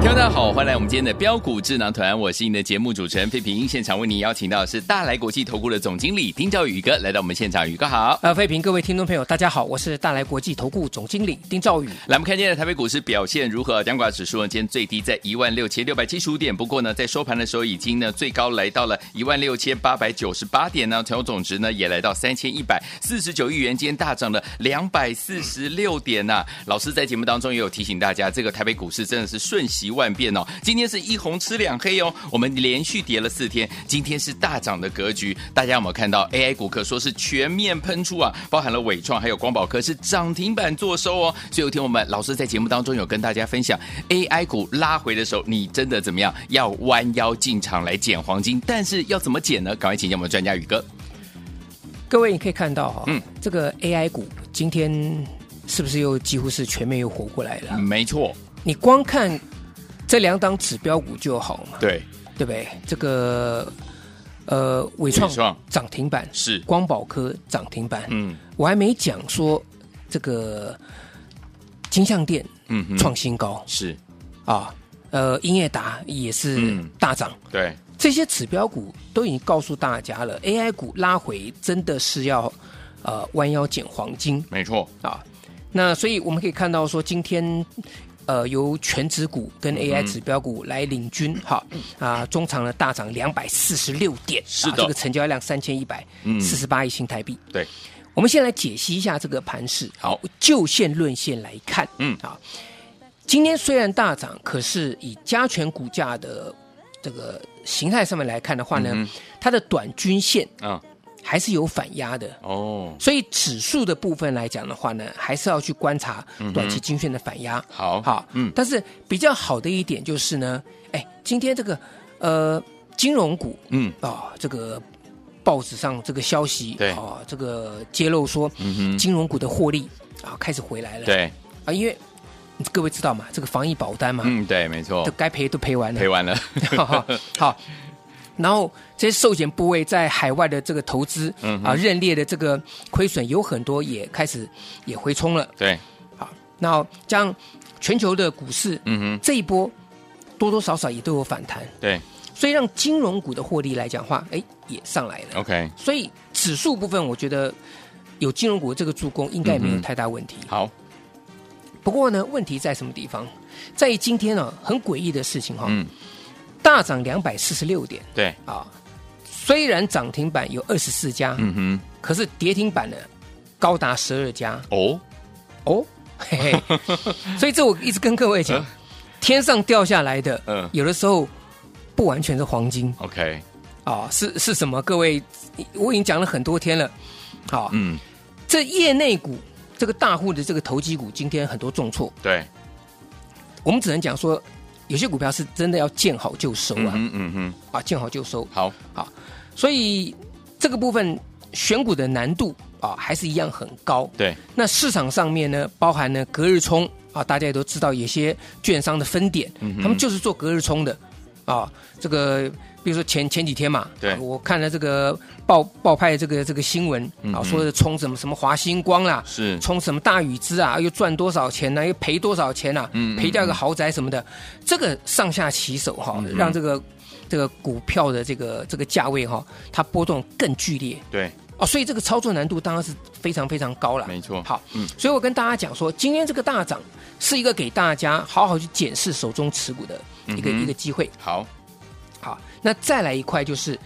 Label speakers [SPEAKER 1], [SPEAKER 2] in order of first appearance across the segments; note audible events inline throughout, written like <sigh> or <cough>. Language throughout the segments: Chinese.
[SPEAKER 1] 听众大家好，欢迎来我们今天的标股智囊团，我是你的节目主持人费平。现场为您邀请到的是大来国际投顾的总经理丁兆宇宇哥来到我们现场，宇哥好。
[SPEAKER 2] 呃，费平，各位听众朋友，大家好，我是大来国际投顾总经理丁兆宇。
[SPEAKER 1] 来，我们看今天的台北股市表现如何？两股指数呢，今天最低在一万六千六百七十五点，不过呢，在收盘的时候已经呢最高来到了一万六千八百九十八点呢，成交总值呢也来到三千一百四十九亿元，今天大涨了两百四十六点呐、老师在节目当中也有提醒大家，这个台北股市真的是瞬息万变哦，今天是一红吃两黑哦，我们连续跌了四天，今天是大涨的格局，大家有没有看到 AI 股可说是全面喷出啊，包含了伟创还有光宝科是涨停板做收哦。所以有天我们老师在节目当中有跟大家分享 AI 股拉回的时候，你真的怎么样要弯腰进场来捡黄金，但是要怎么捡呢？赶快请教我们专家宇哥。
[SPEAKER 2] 各位，你可以看到哈、
[SPEAKER 1] 嗯
[SPEAKER 2] 这个 AI 股今天是不是又几乎是全面又活过来了？
[SPEAKER 1] 没错，
[SPEAKER 2] 你光看这两档指标股就好嘛，
[SPEAKER 1] 对，
[SPEAKER 2] 对不对？这个呃，伟创
[SPEAKER 1] 伟创
[SPEAKER 2] 涨停板，
[SPEAKER 1] 是
[SPEAKER 2] 光宝科涨停板，
[SPEAKER 1] 嗯
[SPEAKER 2] 我还没讲说这个金像店
[SPEAKER 1] 嗯哼，
[SPEAKER 2] 创新高
[SPEAKER 1] 是，
[SPEAKER 2] 啊，呃，英业达也是
[SPEAKER 1] 嗯
[SPEAKER 2] 大涨。
[SPEAKER 1] 对，
[SPEAKER 2] 这些指标股都已经告诉大家了，AI 股拉回真的是要呃弯腰捡黄金
[SPEAKER 1] 没错，
[SPEAKER 2] 啊。那所以我们可以看到说，今天呃由全指股跟 AI
[SPEAKER 1] 嗯
[SPEAKER 2] 指标股来领军哈啊，中长呢大涨两百四十六点，
[SPEAKER 1] 是的
[SPEAKER 2] 啊这个成交量三千一百四十八亿新台币。
[SPEAKER 1] 对，
[SPEAKER 2] 我们先来解析一下这个盘势，
[SPEAKER 1] 好，
[SPEAKER 2] 就线论线来看，
[SPEAKER 1] 嗯
[SPEAKER 2] 啊，今天虽然大涨，可是以加权股价的这个形态上面来看的话呢，
[SPEAKER 1] 嗯
[SPEAKER 2] 它的短均线
[SPEAKER 1] 嗯，
[SPEAKER 2] 还是有反压的。
[SPEAKER 1] 哦，
[SPEAKER 2] 所以指数的部分来讲的话呢，还是要去观察短期均线的反压。
[SPEAKER 1] 嗯好
[SPEAKER 2] 好，
[SPEAKER 1] 嗯
[SPEAKER 2] 嗯，但是比较好的一点就是呢，哎，今天这个呃金融股，
[SPEAKER 1] 嗯，
[SPEAKER 2] 啊、这个报纸上这个消息，
[SPEAKER 1] 对嗯
[SPEAKER 2] 啊、这个揭露说，金融股的获利啊开始回来了，
[SPEAKER 1] 对，
[SPEAKER 2] 啊，因为各位知道嘛，这个防疫保单嘛，
[SPEAKER 1] 嗯，对，没错
[SPEAKER 2] 都，该赔都赔完了
[SPEAKER 1] 赔，完了，
[SPEAKER 2] <laughs> 好，然后这些寿险部位在海外的这个投资啊、
[SPEAKER 1] 嗯
[SPEAKER 2] 认列的这个亏损有很多也开始也回冲了。
[SPEAKER 1] 对，
[SPEAKER 2] 好，那将全球的股市，
[SPEAKER 1] 嗯哼，
[SPEAKER 2] 这一波多多少少也都有反弹，
[SPEAKER 1] 对
[SPEAKER 2] 所以让金融股的获利来讲的话，哎，也上来了。
[SPEAKER 1] ，OK，
[SPEAKER 2] 所以指数部分，我觉得有金融股这个助攻，应该没
[SPEAKER 1] 嗯
[SPEAKER 2] 有
[SPEAKER 1] 哼
[SPEAKER 2] 太大问题。
[SPEAKER 1] 好，
[SPEAKER 2] 不过呢，问题在什么地方？在于今天呢、啊很诡异的事情哈、
[SPEAKER 1] 嗯，
[SPEAKER 2] 大涨两百四十六点。
[SPEAKER 1] 对，
[SPEAKER 2] 啊，虽然涨停板有二十四家，
[SPEAKER 1] 嗯
[SPEAKER 2] 可是跌停板呢高达十二家
[SPEAKER 1] 哼，哦，
[SPEAKER 2] 哦，嘿嘿，
[SPEAKER 1] <laughs>
[SPEAKER 2] 所以这我一直跟各位讲，天上掉下来的，
[SPEAKER 1] 嗯
[SPEAKER 2] 有的时候不完全是黄金
[SPEAKER 1] ，OK，
[SPEAKER 2] 啊，是是什么？各位，我已经讲了很多天了，好、
[SPEAKER 1] 嗯，
[SPEAKER 2] 这业内股这个大户的这个投机股今天很多重挫，
[SPEAKER 1] 对，
[SPEAKER 2] 我们只能讲说，有些股票是真的要见好就收
[SPEAKER 1] 嗯
[SPEAKER 2] 啊，
[SPEAKER 1] 哼嗯哼，
[SPEAKER 2] 啊，见好就收，
[SPEAKER 1] 好，
[SPEAKER 2] 所以这个部分选股的难度啊，还是一样很高。
[SPEAKER 1] 对，
[SPEAKER 2] 那市场上面呢，包含呢隔日冲啊，大家也都知道，有些券商的分点，
[SPEAKER 1] 嗯哼
[SPEAKER 2] 他们就是做隔日冲的啊。这个比如说前前几天嘛，
[SPEAKER 1] 对
[SPEAKER 2] 啊我看了这个爆爆派这个这个新闻
[SPEAKER 1] 嗯
[SPEAKER 2] 啊，
[SPEAKER 1] 哼
[SPEAKER 2] 说的冲什么什么华星光啦，
[SPEAKER 1] 是，
[SPEAKER 2] 冲什么大禹之啊，又赚多少钱呢、又赔多少钱啊？
[SPEAKER 1] 嗯嗯
[SPEAKER 2] 赔掉一个豪宅什么的，这个上下其手哈、
[SPEAKER 1] 嗯嗯
[SPEAKER 2] 让这个这个股票的这个这个价位哈、它波动更剧烈
[SPEAKER 1] 对，
[SPEAKER 2] 哦，所以这个操作难度当然是非常非常高了。
[SPEAKER 1] 没错，
[SPEAKER 2] 好，
[SPEAKER 1] 嗯
[SPEAKER 2] 所以我跟大家讲说，今天这个大涨是一个给大家好好去检视手中持股的一个、
[SPEAKER 1] 嗯哼
[SPEAKER 2] 一个机会。
[SPEAKER 1] 好，
[SPEAKER 2] 好，那再来一块就是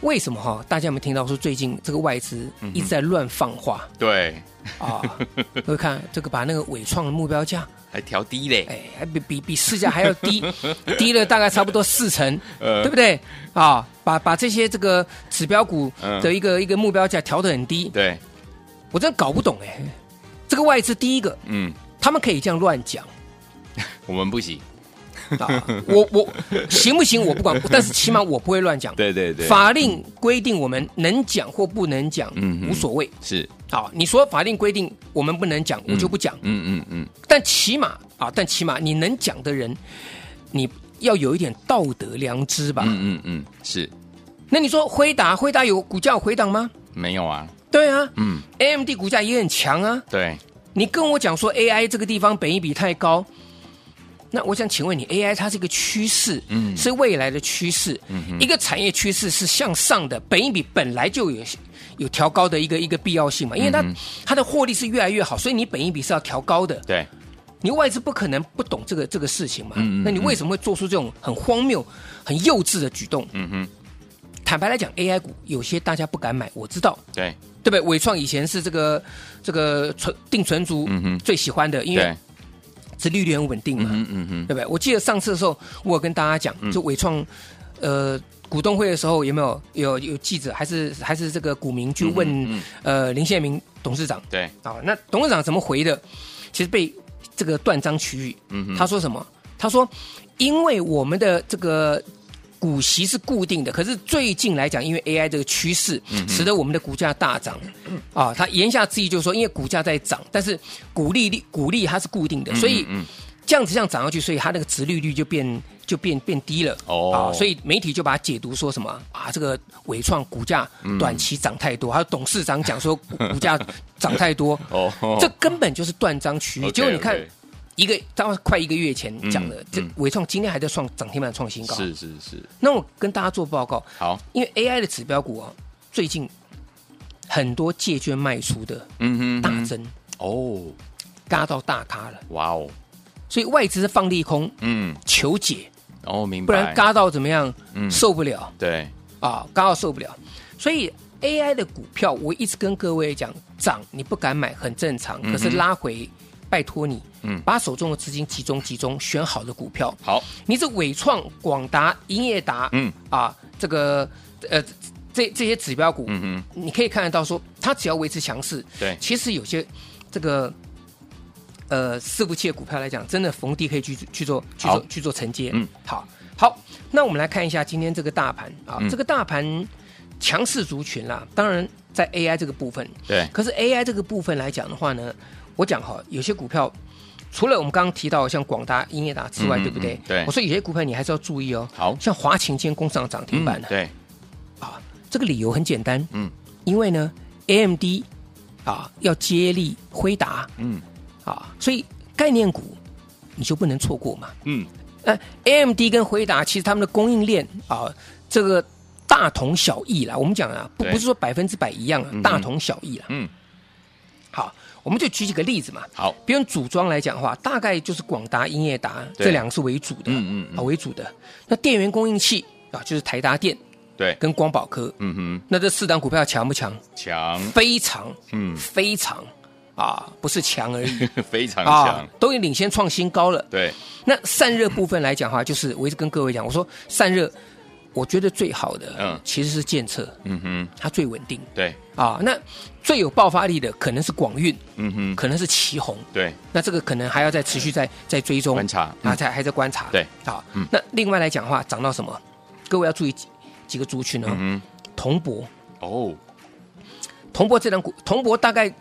[SPEAKER 2] 为什么哈？大家有没有听到说最近这个外资
[SPEAKER 1] 嗯
[SPEAKER 2] 一直在乱放话
[SPEAKER 1] 对，
[SPEAKER 2] 啊？ <laughs> 各位看这个把那个伟创的目标价，
[SPEAKER 1] 还调低嘞，
[SPEAKER 2] 哎，还比比比市价还要
[SPEAKER 1] <laughs>
[SPEAKER 2] 低，低了大概差不多四成，
[SPEAKER 1] 呃
[SPEAKER 2] 对不对啊？把把这些这个指标股
[SPEAKER 1] 嗯
[SPEAKER 2] 的一个、一个目标价调得很低，
[SPEAKER 1] 对，
[SPEAKER 2] 我真的搞不懂哎、这个外资第一个
[SPEAKER 1] 嗯，
[SPEAKER 2] 他们可以这样乱讲。
[SPEAKER 1] 我们不行， <laughs>
[SPEAKER 2] 啊，我我行不行我不管，但是起码我不会乱讲。
[SPEAKER 1] 对对对，
[SPEAKER 2] 法令规定我们能讲或不能讲，
[SPEAKER 1] 嗯嗯
[SPEAKER 2] 无所谓。
[SPEAKER 1] 是，
[SPEAKER 2] 啊，你说法令规定我们不能讲，我就不讲。
[SPEAKER 1] 嗯嗯嗯，
[SPEAKER 2] 但起码啊，但起码你能讲的人，你要有一点道德良知吧。
[SPEAKER 1] 嗯嗯嗯，是
[SPEAKER 2] 那你说辉达，辉达有股价有回档吗？
[SPEAKER 1] 没有啊，
[SPEAKER 2] 对啊
[SPEAKER 1] 嗯，
[SPEAKER 2] ，AMD 股价也很强啊。
[SPEAKER 1] 对，
[SPEAKER 2] 你跟我讲说 AI 这个地方本益比太高，那我想请问你，AI 它是一个趋势，
[SPEAKER 1] 嗯
[SPEAKER 2] 是未来的趋势，一个产业趋势是向上的，本益比本来就有有调高的一个一个必要性嘛，因为它、
[SPEAKER 1] 嗯
[SPEAKER 2] 它的获利是越来越好，所以你本益比是要调高的，
[SPEAKER 1] 对，
[SPEAKER 2] 你外资不可能不懂这个这个事情嘛，
[SPEAKER 1] 嗯嗯
[SPEAKER 2] 那你为什么会做出这种很荒谬、很幼稚的举动？
[SPEAKER 1] 嗯哼，
[SPEAKER 2] 坦白来讲，AI 股有些大家不敢买，我知道，
[SPEAKER 1] 对，
[SPEAKER 2] 对不对？伟创以前是这个这个存定存族
[SPEAKER 1] 嗯哼
[SPEAKER 2] 最喜欢的，因为
[SPEAKER 1] 对，
[SPEAKER 2] 殖利率很稳定嘛，
[SPEAKER 1] 嗯嗯嗯，
[SPEAKER 2] 对不对？我记得上次的时候，我有跟大家讲，就伟创，呃，股东会的时候有没有有有记者还是还是这个股民去问、
[SPEAKER 1] 嗯嗯
[SPEAKER 2] 呃林宪明董事长
[SPEAKER 1] 对，
[SPEAKER 2] 啊？那董事长怎么回的？其实被这个断章取义，
[SPEAKER 1] 嗯哼，
[SPEAKER 2] 他说什么？他说，因为我们的这个。股息是固定的，可是最近来讲，因为 AI 这个趋势，
[SPEAKER 1] 嗯
[SPEAKER 2] 使得我们的股价大涨。啊，他言下之意就是说，因为股价在涨，但是股利率股利它是固定的，所以
[SPEAKER 1] 嗯
[SPEAKER 2] 这样子这样涨上去，所以它那个殖利率就变就变变低了。
[SPEAKER 1] 哦
[SPEAKER 2] 啊，所以媒体就把它解读说什么啊，这个伟创股价
[SPEAKER 1] 嗯
[SPEAKER 2] 短期涨太多，还有董事长讲说股股价涨太多，
[SPEAKER 1] 哦，
[SPEAKER 2] 这根本就是断章取义。结果你看，一个大概快一个月前讲的
[SPEAKER 1] 嗯，
[SPEAKER 2] 这
[SPEAKER 1] 嗯
[SPEAKER 2] 伟创今天还在创涨停板创新高。
[SPEAKER 1] 是是是，
[SPEAKER 2] 那我跟大家做报告，
[SPEAKER 1] 好，
[SPEAKER 2] 因为 AI 的指标股啊，最近很多借券卖出的
[SPEAKER 1] 嗯哼，
[SPEAKER 2] 大增，
[SPEAKER 1] 哦，
[SPEAKER 2] 嘎到大咖了，
[SPEAKER 1] 哇哦，
[SPEAKER 2] 所以外资放利空
[SPEAKER 1] 嗯，
[SPEAKER 2] 求解，
[SPEAKER 1] 哦，明白，
[SPEAKER 2] 不然嘎到怎么样
[SPEAKER 1] 嗯
[SPEAKER 2] 受不了
[SPEAKER 1] 对，
[SPEAKER 2] 啊，嘎到受不了。所以 AI 的股票，我一直跟各位讲，涨你不敢买很正常，可是拉回，拜托你
[SPEAKER 1] 嗯，
[SPEAKER 2] 把手中的资金集中集中，选好的股票。
[SPEAKER 1] 好，
[SPEAKER 2] 你这伟创、广达、英业达，
[SPEAKER 1] 嗯
[SPEAKER 2] 啊，这个呃这这些指标股，
[SPEAKER 1] 嗯
[SPEAKER 2] 你可以看得到说，它只要维持强势，
[SPEAKER 1] 哼，对，
[SPEAKER 2] 其实有些这个呃伺服器的股票来讲，真的逢低可以去去做去
[SPEAKER 1] 好
[SPEAKER 2] 做去做承接。
[SPEAKER 1] 嗯，
[SPEAKER 2] 好，好，那我们来看一下今天这个大盘啊，
[SPEAKER 1] 嗯
[SPEAKER 2] 这个大盘强势族群啦，当然在 AI 这个部分，
[SPEAKER 1] 对，
[SPEAKER 2] 可是 AI 这个部分来讲的话呢，我讲哈，有些股票。除了我们刚刚提到像广达、英业达之外，
[SPEAKER 1] 嗯嗯
[SPEAKER 2] 对不对
[SPEAKER 1] 嗯？对
[SPEAKER 2] 我说有些股票你还是要注意哦。
[SPEAKER 1] 好嗯
[SPEAKER 2] 像华勤今天攻上涨停板了、
[SPEAKER 1] 对，
[SPEAKER 2] 啊，这个理由很简单，
[SPEAKER 1] 嗯
[SPEAKER 2] 因为呢，AMD 啊要接力辉达
[SPEAKER 1] 嗯
[SPEAKER 2] 啊，所以概念股你就不能错过嘛。呃
[SPEAKER 1] 嗯，
[SPEAKER 2] 那 AMD 跟辉达其实他们的供应链啊，这个大同小异啦。我们讲啊，不
[SPEAKER 1] 对
[SPEAKER 2] 不是说百分之百一样啊，
[SPEAKER 1] 嗯哼
[SPEAKER 2] 大同小异啦。
[SPEAKER 1] 嗯，
[SPEAKER 2] 好，我们就举几个例子嘛。
[SPEAKER 1] 好，
[SPEAKER 2] 比如组装来讲的话，大概就是广达、英业达
[SPEAKER 1] 对
[SPEAKER 2] 这两个是为主的，
[SPEAKER 1] 嗯嗯嗯
[SPEAKER 2] 啊为主的。那电源供应器啊，就是台达电
[SPEAKER 1] 对，
[SPEAKER 2] 跟光宝科。
[SPEAKER 1] 嗯哼，
[SPEAKER 2] 那这四档股票强不强？
[SPEAKER 1] 强， <laughs>
[SPEAKER 2] 非常，
[SPEAKER 1] 嗯
[SPEAKER 2] 非常啊，不是强而已
[SPEAKER 1] 非常
[SPEAKER 2] 啊
[SPEAKER 1] 强，，
[SPEAKER 2] 都已经领先创新高了。
[SPEAKER 1] 对，
[SPEAKER 2] 那散热部分来讲的话，就是我一直跟各位讲，我说散热，我觉得最好的，
[SPEAKER 1] 嗯
[SPEAKER 2] 嗯，其实是建测，
[SPEAKER 1] 嗯哼，
[SPEAKER 2] 它最稳定
[SPEAKER 1] 对，
[SPEAKER 2] 啊。那最有爆发力的可能是广运，
[SPEAKER 1] 嗯哼，
[SPEAKER 2] 可能是旗宏，
[SPEAKER 1] 对，
[SPEAKER 2] 那这个可能还要再持续在在追踪
[SPEAKER 1] 嗯观察，嗯
[SPEAKER 2] 啊，在还在观察。
[SPEAKER 1] 对，
[SPEAKER 2] 好
[SPEAKER 1] 嗯，
[SPEAKER 2] 那另外来讲的话，涨到什么？各位要注意几几个族群哦，
[SPEAKER 1] 嗯
[SPEAKER 2] 铜箔，
[SPEAKER 1] 哼，哦，
[SPEAKER 2] 铜箔这档股，铜箔大概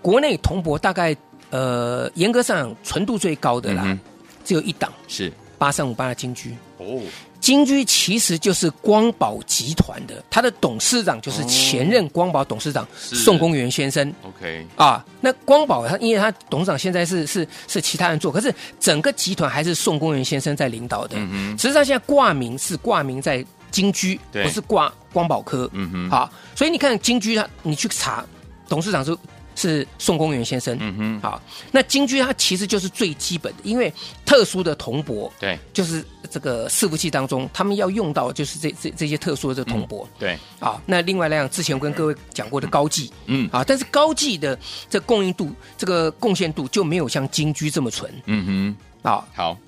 [SPEAKER 2] 国内铜箔大概呃，严格上纯度最高的啦，
[SPEAKER 1] 嗯
[SPEAKER 2] 只有一档
[SPEAKER 1] 是，
[SPEAKER 2] 八三五八的金居。
[SPEAKER 1] 哦，
[SPEAKER 2] 金居其实就是光宝集团的，它的董事长就是前任光宝董事长
[SPEAKER 1] 哦是
[SPEAKER 2] 宋公元先生
[SPEAKER 1] OK，
[SPEAKER 2] 啊。那光宝他因为他董事长现在是是是其他人做，可是整个集团还是宋公元先生在领导的。
[SPEAKER 1] 嗯哼，
[SPEAKER 2] 实际上现在挂名是挂名在金居，
[SPEAKER 1] 对
[SPEAKER 2] 不是挂光宝科。
[SPEAKER 1] 嗯哼，
[SPEAKER 2] 好，所以你看金居它，你去查董事长是是宋公元先生。
[SPEAKER 1] 嗯哼，
[SPEAKER 2] 好，那金居它其实就是最基本的，因为特殊的铜箔，
[SPEAKER 1] 对
[SPEAKER 2] 就是这个伺服器当中他们要用到就是这这这些特殊的这个铜箔。
[SPEAKER 1] 对，
[SPEAKER 2] 啊，那另外来讲，之前我跟各位讲过的高技，
[SPEAKER 1] 嗯
[SPEAKER 2] 啊，但是高技的这供应度、这个贡献度就没有像金居这么纯
[SPEAKER 1] 嗯
[SPEAKER 2] 啊，
[SPEAKER 1] 哼，好，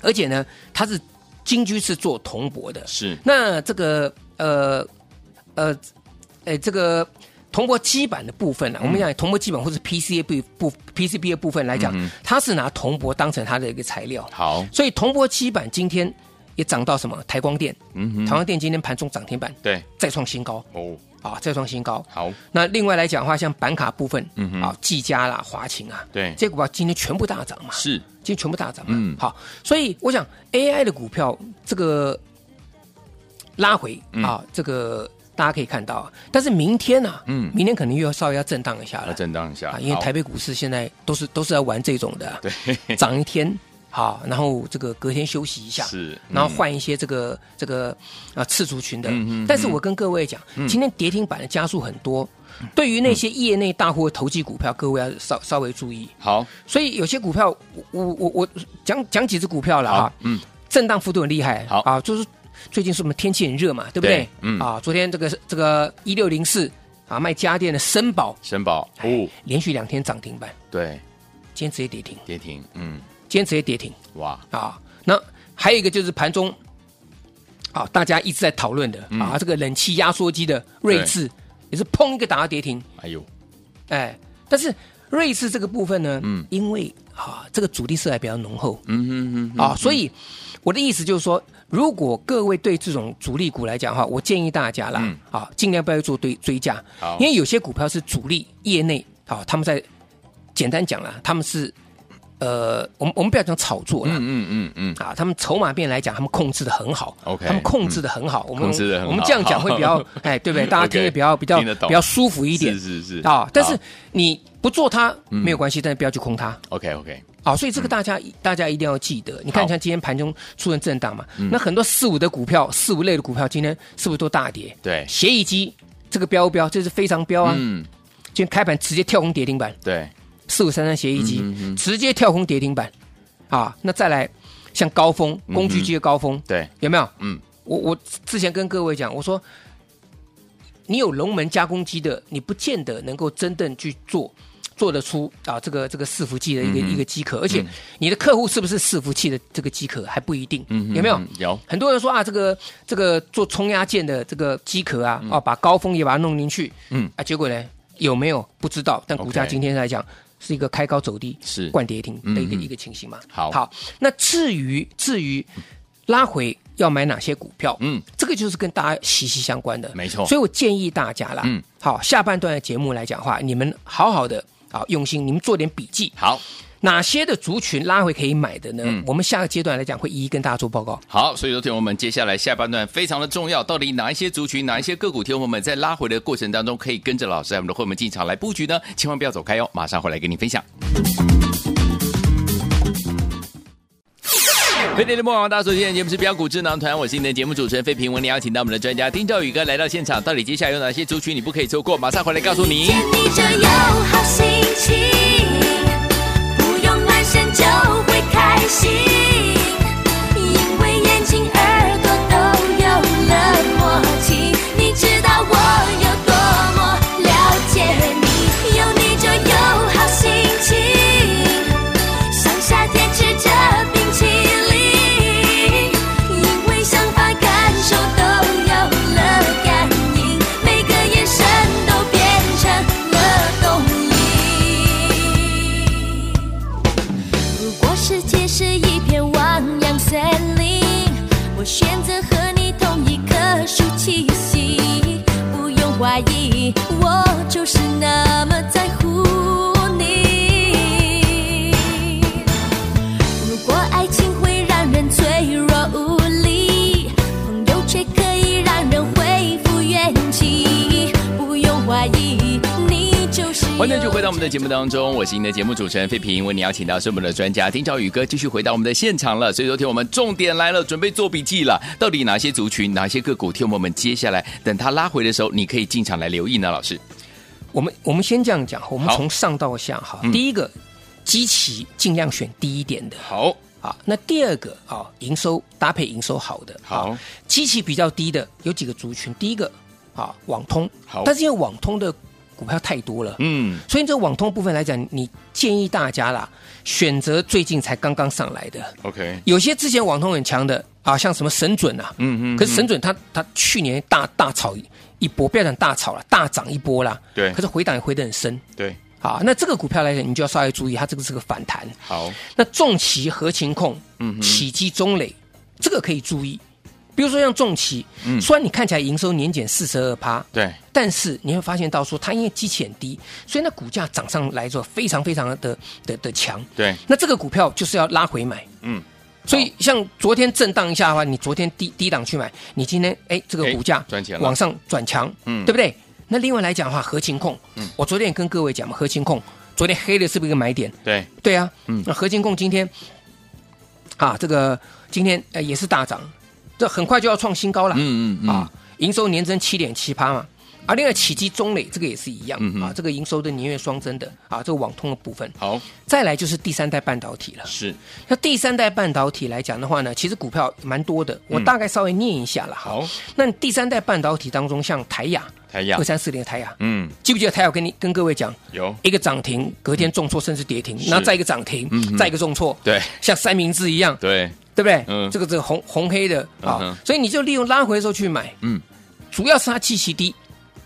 [SPEAKER 2] 而且呢，它是金居是做铜箔的，
[SPEAKER 1] 是，
[SPEAKER 2] 那这个呃呃呃这个铜箔基板的部
[SPEAKER 1] 嗯
[SPEAKER 2] 分呢、我们讲铜箔基板或是 PCB 部部 PCB 的部分来讲，
[SPEAKER 1] 嗯哼
[SPEAKER 2] 它是拿铜箔当成它的一个材料，
[SPEAKER 1] 好，
[SPEAKER 2] 所以铜箔基板今天也涨到什么台光电，
[SPEAKER 1] 嗯哼，
[SPEAKER 2] 台光电今天盘中涨停板
[SPEAKER 1] 对，
[SPEAKER 2] 再创新高
[SPEAKER 1] 哦，
[SPEAKER 2] 啊，再创新高。
[SPEAKER 1] 好，
[SPEAKER 2] 那另外来讲的话，像板卡部分，
[SPEAKER 1] 嗯哼
[SPEAKER 2] 啊，技嘉啦、华擎啊，
[SPEAKER 1] 对
[SPEAKER 2] 这些股票今天全部大涨嘛，
[SPEAKER 1] 是，
[SPEAKER 2] 今天全部大涨嘛。
[SPEAKER 1] 嗯
[SPEAKER 2] 好，所以我想 AI 的股票这个拉回、
[SPEAKER 1] 嗯
[SPEAKER 2] 啊，这个大家可以看到啊，但是明天呢、
[SPEAKER 1] 嗯
[SPEAKER 2] 明天可能又要稍微要震荡一下
[SPEAKER 1] 要
[SPEAKER 2] 了
[SPEAKER 1] 震荡一下
[SPEAKER 2] 啊，，因为
[SPEAKER 1] 好
[SPEAKER 2] 台北股市现在都是都是在玩这种的啊，
[SPEAKER 1] <laughs> 对
[SPEAKER 2] 涨一天好，然后这个隔天休息一下，
[SPEAKER 1] 是，
[SPEAKER 2] 然后
[SPEAKER 1] 嗯
[SPEAKER 2] 换一些这个这个啊次族群的。
[SPEAKER 1] 嗯嗯嗯嗯
[SPEAKER 2] 但是我跟各位讲，今天跌停板的家数很多，对于那些业内大户的投机股票，各位要稍稍微注意。
[SPEAKER 1] 好，
[SPEAKER 2] 所以有些股票，我我我我讲讲几只股票了
[SPEAKER 1] 好
[SPEAKER 2] 啊，，
[SPEAKER 1] 嗯，
[SPEAKER 2] 震荡幅度很厉害。
[SPEAKER 1] 好
[SPEAKER 2] 啊，就是最近是我们天气很热嘛，对不
[SPEAKER 1] 对
[SPEAKER 2] 对？
[SPEAKER 1] 嗯
[SPEAKER 2] 啊，昨天这个这个一六零四啊卖家电的森宝，
[SPEAKER 1] 申宝，
[SPEAKER 2] 哦，连续两天涨停板，
[SPEAKER 1] 对，
[SPEAKER 2] 今天直接跌停，
[SPEAKER 1] 跌停，嗯，
[SPEAKER 2] 今天直接跌停。
[SPEAKER 1] 哇，
[SPEAKER 2] 啊。那还有一个就是盘中啊，大家一直在讨论的、
[SPEAKER 1] 嗯
[SPEAKER 2] 啊，这个冷气压缩机的睿智也是砰一个打到跌停，
[SPEAKER 1] 哎呦，
[SPEAKER 2] 哎，但是睿智这个部分呢，
[SPEAKER 1] 嗯
[SPEAKER 2] 因为啊这个主力色彩比较浓厚
[SPEAKER 1] 嗯哼哼哼，
[SPEAKER 2] 啊，所以我的意思就是说。如果各位对这种主力股来讲的话，我建议大家啦，
[SPEAKER 1] 嗯
[SPEAKER 2] 啊，尽量不要做追追加
[SPEAKER 1] 好，
[SPEAKER 2] 因为有些股票是主力业内啊，他们在简单讲啦，他们是呃，我们我们不要讲炒作啦，
[SPEAKER 1] 嗯嗯嗯嗯，
[SPEAKER 2] 啊，他们筹码面来讲，他们控制的很好
[SPEAKER 1] OK，嗯
[SPEAKER 2] 他们控制的很好，我们
[SPEAKER 1] 控制得很好
[SPEAKER 2] 我们这样讲会
[SPEAKER 1] <laughs>
[SPEAKER 2] 比较，哎，对不对？大家听
[SPEAKER 1] OK，
[SPEAKER 2] 得比较比较
[SPEAKER 1] 听得懂
[SPEAKER 2] 比较舒服一点
[SPEAKER 1] 是是是，
[SPEAKER 2] 啊。但是
[SPEAKER 1] 好嗯
[SPEAKER 2] 你不做它没有关系，但是不要去空它
[SPEAKER 1] OK OK，
[SPEAKER 2] 啊。所以这个大家大家一定要记得。你看，
[SPEAKER 1] 嗯好嗯
[SPEAKER 2] 像今天盘中出现震荡嘛，那很多四五的股票，四五类的股票今天是不是都大跌？
[SPEAKER 1] 对
[SPEAKER 2] 协议机这个标不标，这是非常标啊，
[SPEAKER 1] 嗯，
[SPEAKER 2] 今天开盘直接跳空跌停板。
[SPEAKER 1] 对，
[SPEAKER 2] 四五三三协议机、
[SPEAKER 1] 嗯哼
[SPEAKER 2] 直接跳空跌停板啊！那再来像高峰
[SPEAKER 1] 哼
[SPEAKER 2] 工具机的高峰、
[SPEAKER 1] 对，
[SPEAKER 2] 有没有？
[SPEAKER 1] 嗯，
[SPEAKER 2] 我我之前跟各位讲，我说你有龙门加工机的，你不见得能够真正去做。做得出啊，这个这个伺服器的
[SPEAKER 1] 嗯
[SPEAKER 2] 一个、一个机壳，而且你的客户是不是伺服器的这个机壳还不一定，
[SPEAKER 1] 嗯，
[SPEAKER 2] 有没有？
[SPEAKER 1] 嗯有，
[SPEAKER 2] 很多人说啊，这个这个做冲压件的这个机壳啊，哦、把高峰也把它弄进去，
[SPEAKER 1] 嗯
[SPEAKER 2] 啊，结果呢有没有不知道，但股价
[SPEAKER 1] OK
[SPEAKER 2] 今天来讲是一个开高走低，
[SPEAKER 1] 是
[SPEAKER 2] 冠跌停的一个、
[SPEAKER 1] 嗯嗯
[SPEAKER 2] 一个情形嘛。
[SPEAKER 1] 好
[SPEAKER 2] 好，那至于至于拉回要买哪些股票，
[SPEAKER 1] 嗯，
[SPEAKER 2] 这个就是跟大家息息相关的，
[SPEAKER 1] 没错
[SPEAKER 2] 所以我建议大家啦，
[SPEAKER 1] 嗯，
[SPEAKER 2] 好，下半段的节目来讲的话，你们好好的啊用心，你们做点笔记，
[SPEAKER 1] 好。
[SPEAKER 2] 哪些的族群拉回可以买的呢？
[SPEAKER 1] 嗯
[SPEAKER 2] 我们下个阶段来讲会一一跟大家做报告。
[SPEAKER 1] 好，所以说，听我们接下来下半段非常的重要，到底哪一些族群、哪一些个股，听我们在拉回的过程当中，可以跟着老师还有我们的会员进场来布局呢？千万不要走开哦，马上回来跟你分享。飞碟的魔王大叔，今天的节目是标股智囊团，我是你的节目主持人费平，为你邀请到我们的专家丁兆宇哥来到现场，到底接下来有哪些族群你不可以错过？马上回来告诉你。
[SPEAKER 3] 见你就有好心情，不用暖身就会开心，因为眼睛、耳朵都有了默契。你知道我有多么了解你，有你就有好心情，像夏天吃着冰淇淋，因为想法、感受都有了感应，每个眼神都变成了动力。如果世界是一片汪洋森林，我选择和你同一棵树栖息，不用怀疑，我就是那么在乎你。如果爱情会让人脆弱无力，朋友却可以让人恢复元气，不用怀疑，你就是有。
[SPEAKER 1] 欢迎就回到我们的节目当中，我是您的节目主持人费平，为您邀请到是我们的专家丁兆宇哥，继续回到我们的现场了。所以昨天我们重点来了，准备做笔记了。到底哪些族群、哪些个股，听我们接下来等它拉回的时候，你可以进场来留意呢？老师，
[SPEAKER 2] 我们我们先这样讲，我们
[SPEAKER 1] 好
[SPEAKER 2] 从上到下哈
[SPEAKER 1] 嗯。
[SPEAKER 2] 第一个，基期尽量选低一点的
[SPEAKER 1] 好，
[SPEAKER 2] 啊。那第二个啊，营收搭配营收好的。
[SPEAKER 1] 好
[SPEAKER 2] 啊，基期比较低的有几个族群，第一个啊，网通。
[SPEAKER 1] 好
[SPEAKER 2] 但是因为网通的股票太多了，
[SPEAKER 1] 嗯，
[SPEAKER 2] 所以这网通部分来讲，你建议大家啦，选择最近才刚刚上来的，
[SPEAKER 1] OK，
[SPEAKER 2] 有些之前网通很强的啊，像什么神准啊，
[SPEAKER 1] 嗯嗯嗯
[SPEAKER 2] 可是神准它它去年大大炒一波，不要讲大炒了，大涨一波啦，
[SPEAKER 1] 对
[SPEAKER 2] 可是回档也回得很深
[SPEAKER 1] 对，
[SPEAKER 2] 啊。那这个股票来讲，你就要稍微注意，它这个是个反弹。
[SPEAKER 1] 好，
[SPEAKER 2] 那重企合情控，
[SPEAKER 1] 嗯哼
[SPEAKER 2] 起基中磊，这个可以注意。比如说像重企，
[SPEAKER 1] 嗯
[SPEAKER 2] 虽然你看起来营收年减四十二趴，
[SPEAKER 1] 对，
[SPEAKER 2] 但是你会发现到说，它因为基期很低，所以那股价涨上来之后非常非常的的的强。
[SPEAKER 1] 对，
[SPEAKER 2] 那这个股票就是要拉回买，
[SPEAKER 1] 嗯，
[SPEAKER 2] 所以像昨天震荡一下的话，你昨天低低档去买，你今天哎这个
[SPEAKER 1] 哎
[SPEAKER 2] 股价
[SPEAKER 1] 赚钱了
[SPEAKER 2] 往上转强，
[SPEAKER 1] 嗯
[SPEAKER 2] 对不对？那另外来讲的话，核情控，我昨天也跟各位讲嘛，核情控昨天黑的是不是一个买点？
[SPEAKER 1] 对，
[SPEAKER 2] 对啊，
[SPEAKER 1] 嗯
[SPEAKER 2] 那合金控今天啊，这个今天呃也是大涨，这很快就要创新高了，
[SPEAKER 1] 嗯嗯嗯
[SPEAKER 2] 啊，营收年增七点七趴嘛。而另外，启基中磊这个也是一样、
[SPEAKER 1] 嗯哼
[SPEAKER 2] 啊，这个营收的年月双增的啊，这个网通的部分。
[SPEAKER 1] 好，
[SPEAKER 2] 再来就是第三代半导体了。
[SPEAKER 1] 是，
[SPEAKER 2] 那第三代半导体来讲的话呢，其实股票蛮多的，我大概稍微念一下了哈。
[SPEAKER 1] 嗯好，
[SPEAKER 2] 那第三代半导体当中，像台亚
[SPEAKER 1] 台亚
[SPEAKER 2] 二，三四零的台亚，
[SPEAKER 1] 嗯，
[SPEAKER 2] 记不记得台亚跟你跟各位讲，
[SPEAKER 1] 有，
[SPEAKER 2] 一个涨停，隔天重挫甚至跌停，
[SPEAKER 1] 是
[SPEAKER 2] 然后再一个涨停
[SPEAKER 1] 嗯哼，
[SPEAKER 2] 再一个重挫，
[SPEAKER 1] 对，
[SPEAKER 2] <laughs> 像三明治一样，
[SPEAKER 1] 对，
[SPEAKER 2] 对不对？
[SPEAKER 1] 嗯
[SPEAKER 2] 这个这个红红黑的
[SPEAKER 1] 嗯哼
[SPEAKER 2] 啊，所以你就利用拉回的时候去买，
[SPEAKER 1] 嗯，
[SPEAKER 2] 主要是它气息低，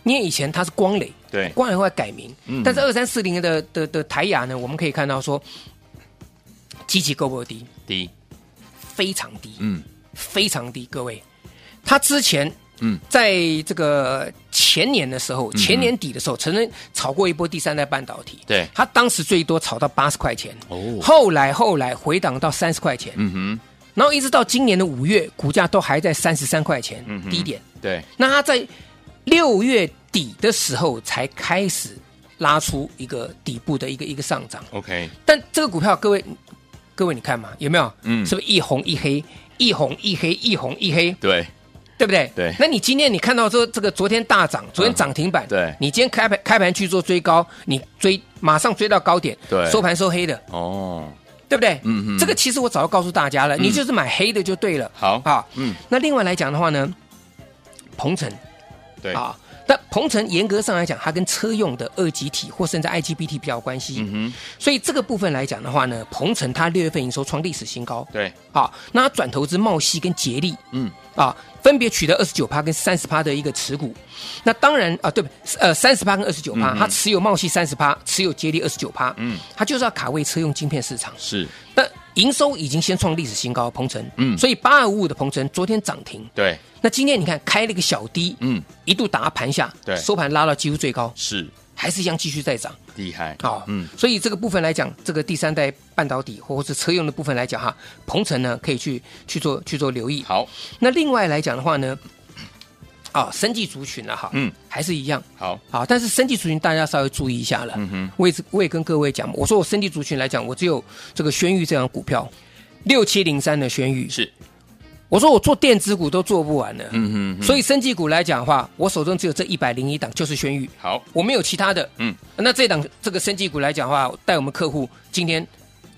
[SPEAKER 2] 因为以前它是光磊，
[SPEAKER 1] 对，
[SPEAKER 2] 光磊会改名
[SPEAKER 1] 哎嗯，
[SPEAKER 2] 但是二三四零的的的台雅呢，我们可以看到说，基期够不够低？
[SPEAKER 1] 低，
[SPEAKER 2] 非常低，
[SPEAKER 1] 嗯，
[SPEAKER 2] 非常低，各位，它之前。
[SPEAKER 1] 嗯，
[SPEAKER 2] 在这个前年的时候，前年底的时候，曾经炒过一波第三代半导体。
[SPEAKER 1] 对
[SPEAKER 2] 它当时最多炒到八十块钱，
[SPEAKER 1] 哦
[SPEAKER 2] 后来后来回档到三十块钱，
[SPEAKER 1] 嗯
[SPEAKER 2] 然后一直到今年的五月，股价都还在三十三块钱、
[SPEAKER 1] 嗯哼
[SPEAKER 2] 低点。
[SPEAKER 1] 哼，对，
[SPEAKER 2] 那它在六月底的时候才开始拉出一个底部的一个一个上涨。
[SPEAKER 1] OK，
[SPEAKER 2] 但这个股票，各位各位你看嘛，有没有？
[SPEAKER 1] 嗯
[SPEAKER 2] 是不是一红一黑，一红一黑，一红一黑，
[SPEAKER 1] 对，
[SPEAKER 2] 对不对？
[SPEAKER 1] 对
[SPEAKER 2] 那你今天你看到说这个昨天大涨，昨天
[SPEAKER 1] 嗯
[SPEAKER 2] 涨停板，
[SPEAKER 1] 对
[SPEAKER 2] 你今天开盘开盘去做追高，你追马上追到高点，
[SPEAKER 1] 对
[SPEAKER 2] 收盘收黑的，
[SPEAKER 1] 哦，
[SPEAKER 2] 对不对？
[SPEAKER 1] 嗯哼嗯
[SPEAKER 2] 这个其实我早就告诉大家了，你就是买黑的就对了。
[SPEAKER 1] 好
[SPEAKER 2] 啊，
[SPEAKER 1] 嗯，
[SPEAKER 2] 那另外来讲的话呢，鹏程
[SPEAKER 1] 对，
[SPEAKER 2] 啊，但鹏程严格上来讲，它跟车用的二级体或甚至 IGBT 比较有关系，
[SPEAKER 1] 嗯哼，
[SPEAKER 2] 所以这个部分来讲的话呢，鹏程它六月份营收创历史新高，
[SPEAKER 1] 对，
[SPEAKER 2] 啊，那它转投资茂熙跟捷力
[SPEAKER 1] 嗯，
[SPEAKER 2] 啊，分别取得二十九趴跟三十趴的一个持股。那当然啊，对不，呃，三十趴跟二十九趴，它持有茂熙三十趴，持有捷力二十九趴，
[SPEAKER 1] 嗯，
[SPEAKER 2] 它就是要卡位车用晶片市场。
[SPEAKER 1] 是，
[SPEAKER 2] 那营收已经先创历史新高，鹏程，
[SPEAKER 1] 嗯
[SPEAKER 2] 所以八二五五的鹏程昨天涨停，
[SPEAKER 1] 对，
[SPEAKER 2] 那今天你看开了一个小低，
[SPEAKER 1] 嗯，
[SPEAKER 2] 一度打到盘下，
[SPEAKER 1] 对
[SPEAKER 2] 收盘拉到几乎最高，
[SPEAKER 1] 是，
[SPEAKER 2] 还是一样继续再涨。
[SPEAKER 1] 厉害，
[SPEAKER 2] 哦，
[SPEAKER 1] 嗯
[SPEAKER 2] 嗯，，所以这个部分来讲，这个第三代半导体或者是车用的部分来讲哈，鹏程呢可以去去做去做留意。
[SPEAKER 1] 好，
[SPEAKER 2] 那另外来讲的话呢，啊，生技族群啊哈，
[SPEAKER 1] 嗯
[SPEAKER 2] 嗯，还是一样。
[SPEAKER 1] 好，
[SPEAKER 2] 好，但是生技族群大家稍微注意一下了。
[SPEAKER 1] 嗯哼，
[SPEAKER 2] 我也是我也跟各位讲，我说我生技族群来讲，我只有这个轩宇这样股票，六七零三的轩宇，
[SPEAKER 1] 是，
[SPEAKER 2] 我说我做电子股都做不完了，嗯，
[SPEAKER 1] 嗯哼，
[SPEAKER 2] 所
[SPEAKER 1] 以
[SPEAKER 2] 以生技股来讲的话，我手中只有这一百零一档，就是轩宇，
[SPEAKER 1] 好，
[SPEAKER 2] 我没有其他的，
[SPEAKER 1] 嗯，
[SPEAKER 2] 那这档这个生技股来讲的话，带我们客户今天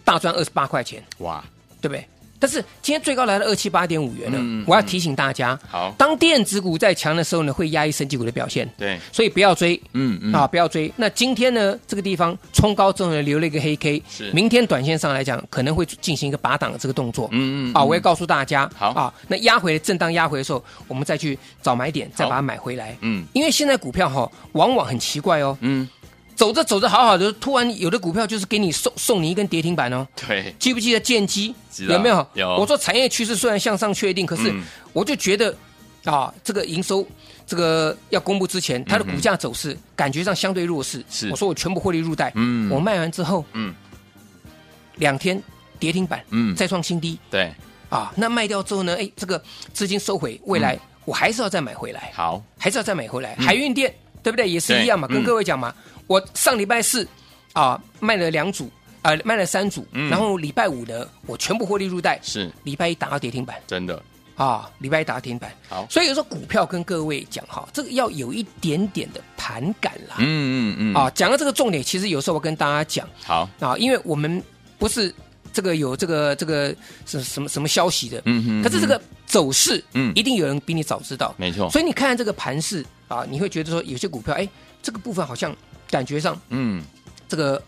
[SPEAKER 2] 大赚二十八块钱，
[SPEAKER 1] 哇，
[SPEAKER 2] 对不对？但是今天最高来到二七八点五元了，
[SPEAKER 1] 嗯嗯
[SPEAKER 2] 我要提醒大家，
[SPEAKER 1] 好
[SPEAKER 2] 当电子股在强的时候呢，会压抑生技股的表现，
[SPEAKER 1] 对，
[SPEAKER 2] 所以不要追。
[SPEAKER 1] 嗯嗯，
[SPEAKER 2] 啊，不要追。那今天呢，这个地方冲高之后呢，留了一个黑 K，
[SPEAKER 1] 是
[SPEAKER 2] 明天短线上来讲，可能会进行一个拔档的这个动作。
[SPEAKER 1] 嗯嗯
[SPEAKER 2] 啊，我会告诉大家。
[SPEAKER 1] 好
[SPEAKER 2] 啊，那压回震荡压回的时候，我们再去找买点，再
[SPEAKER 1] 好
[SPEAKER 2] 把它买回来。
[SPEAKER 1] 嗯
[SPEAKER 2] 因为现在股票哈、往往很奇怪哦，
[SPEAKER 1] 嗯，
[SPEAKER 2] 走着走着好好的，突然有的股票就是给你送送你一根跌停板哦。
[SPEAKER 1] 对，
[SPEAKER 2] 记不记得建机？
[SPEAKER 1] 知道
[SPEAKER 2] 有没有？
[SPEAKER 1] 有
[SPEAKER 2] 我说产业趋势虽然向上确定，可是
[SPEAKER 1] 嗯
[SPEAKER 2] 我就觉得啊，这个营收这个要公布之前，它的股价走势感觉上相对弱势。
[SPEAKER 1] 嗯是
[SPEAKER 2] 我说我全部获利入袋，
[SPEAKER 1] 嗯
[SPEAKER 2] 我卖完之后
[SPEAKER 1] 嗯
[SPEAKER 2] 两天跌停板，
[SPEAKER 1] 嗯
[SPEAKER 2] 再创新低
[SPEAKER 1] 对，
[SPEAKER 2] 啊。那卖掉之后呢？哎，这个资金收回，未
[SPEAKER 1] 嗯
[SPEAKER 2] 来我还是要再买回来。
[SPEAKER 1] 好，
[SPEAKER 2] 还是要再买回来。海运店对不对？也是
[SPEAKER 1] 嗯对
[SPEAKER 2] 一样嘛，
[SPEAKER 1] 嗯
[SPEAKER 2] 跟各位讲嘛，我上礼拜四啊卖了两组，呃卖了三组，
[SPEAKER 1] 嗯
[SPEAKER 2] 然后礼拜五呢我全部获利入袋，
[SPEAKER 1] 是
[SPEAKER 2] 礼拜一打到跌停板
[SPEAKER 1] 真的，
[SPEAKER 2] 啊，礼拜一打到跌停板。
[SPEAKER 1] 好
[SPEAKER 2] 所以有时候股票跟各位讲哈，这个要有一点点的盘感啦。
[SPEAKER 1] 嗯嗯嗯，
[SPEAKER 2] 啊，讲到这个重点，其实有时候我跟大家讲
[SPEAKER 1] 好，
[SPEAKER 2] 啊，因为我们不是这个有这个这个什什么什么消息的，
[SPEAKER 1] 嗯哼
[SPEAKER 2] 可是这个走势，
[SPEAKER 1] 嗯
[SPEAKER 2] 嗯，一定有人比你早知道，
[SPEAKER 1] 没错，
[SPEAKER 2] 所以你看这个盘势啊，你会觉得说有些股票，哎，这个部分好像感觉上
[SPEAKER 1] 嗯，
[SPEAKER 2] 这个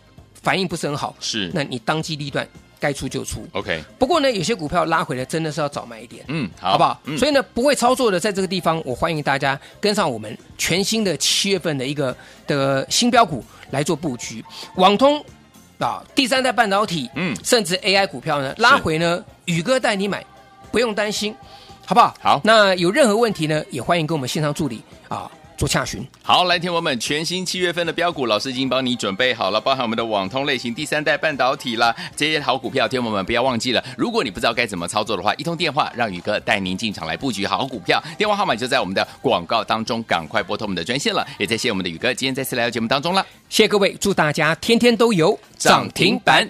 [SPEAKER 2] 反应不是很好，
[SPEAKER 1] 是
[SPEAKER 2] 那你当机立断，该出就出。
[SPEAKER 1] ，OK，
[SPEAKER 2] 不过呢，有些股票拉回来真的是要早买一点，
[SPEAKER 1] 嗯，好，
[SPEAKER 2] 好不好？所
[SPEAKER 1] 以
[SPEAKER 2] 以呢，不会操作的在这个地方，我欢迎大家跟上我们全新的七月份的一个的新标股来做布局。网通啊，第三代半导体，
[SPEAKER 1] 嗯
[SPEAKER 2] 甚至 AI 股票呢，拉回呢，宇哥带你买，不用担心，好不好？
[SPEAKER 1] 好
[SPEAKER 2] 那有任何问题呢，也欢迎跟我们线上助理啊做洽询。
[SPEAKER 1] 好，来，听我们全新七月份的标股，老师已经帮你准备好了，包含我们的网通类型、第三代半导体啦，这些好股票，听我们不要忘记了。如果你不知道该怎么操作的话，一通电话让宇哥带您进场来布局好股票，电话号码就在我们的广告当中，赶快拨通我们的专线了。也谢谢我们的宇哥今天再次来到节目当中了。
[SPEAKER 2] 谢谢各位，祝大家天天都有
[SPEAKER 1] 涨停板。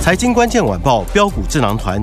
[SPEAKER 4] 财经关键晚报标股智囊团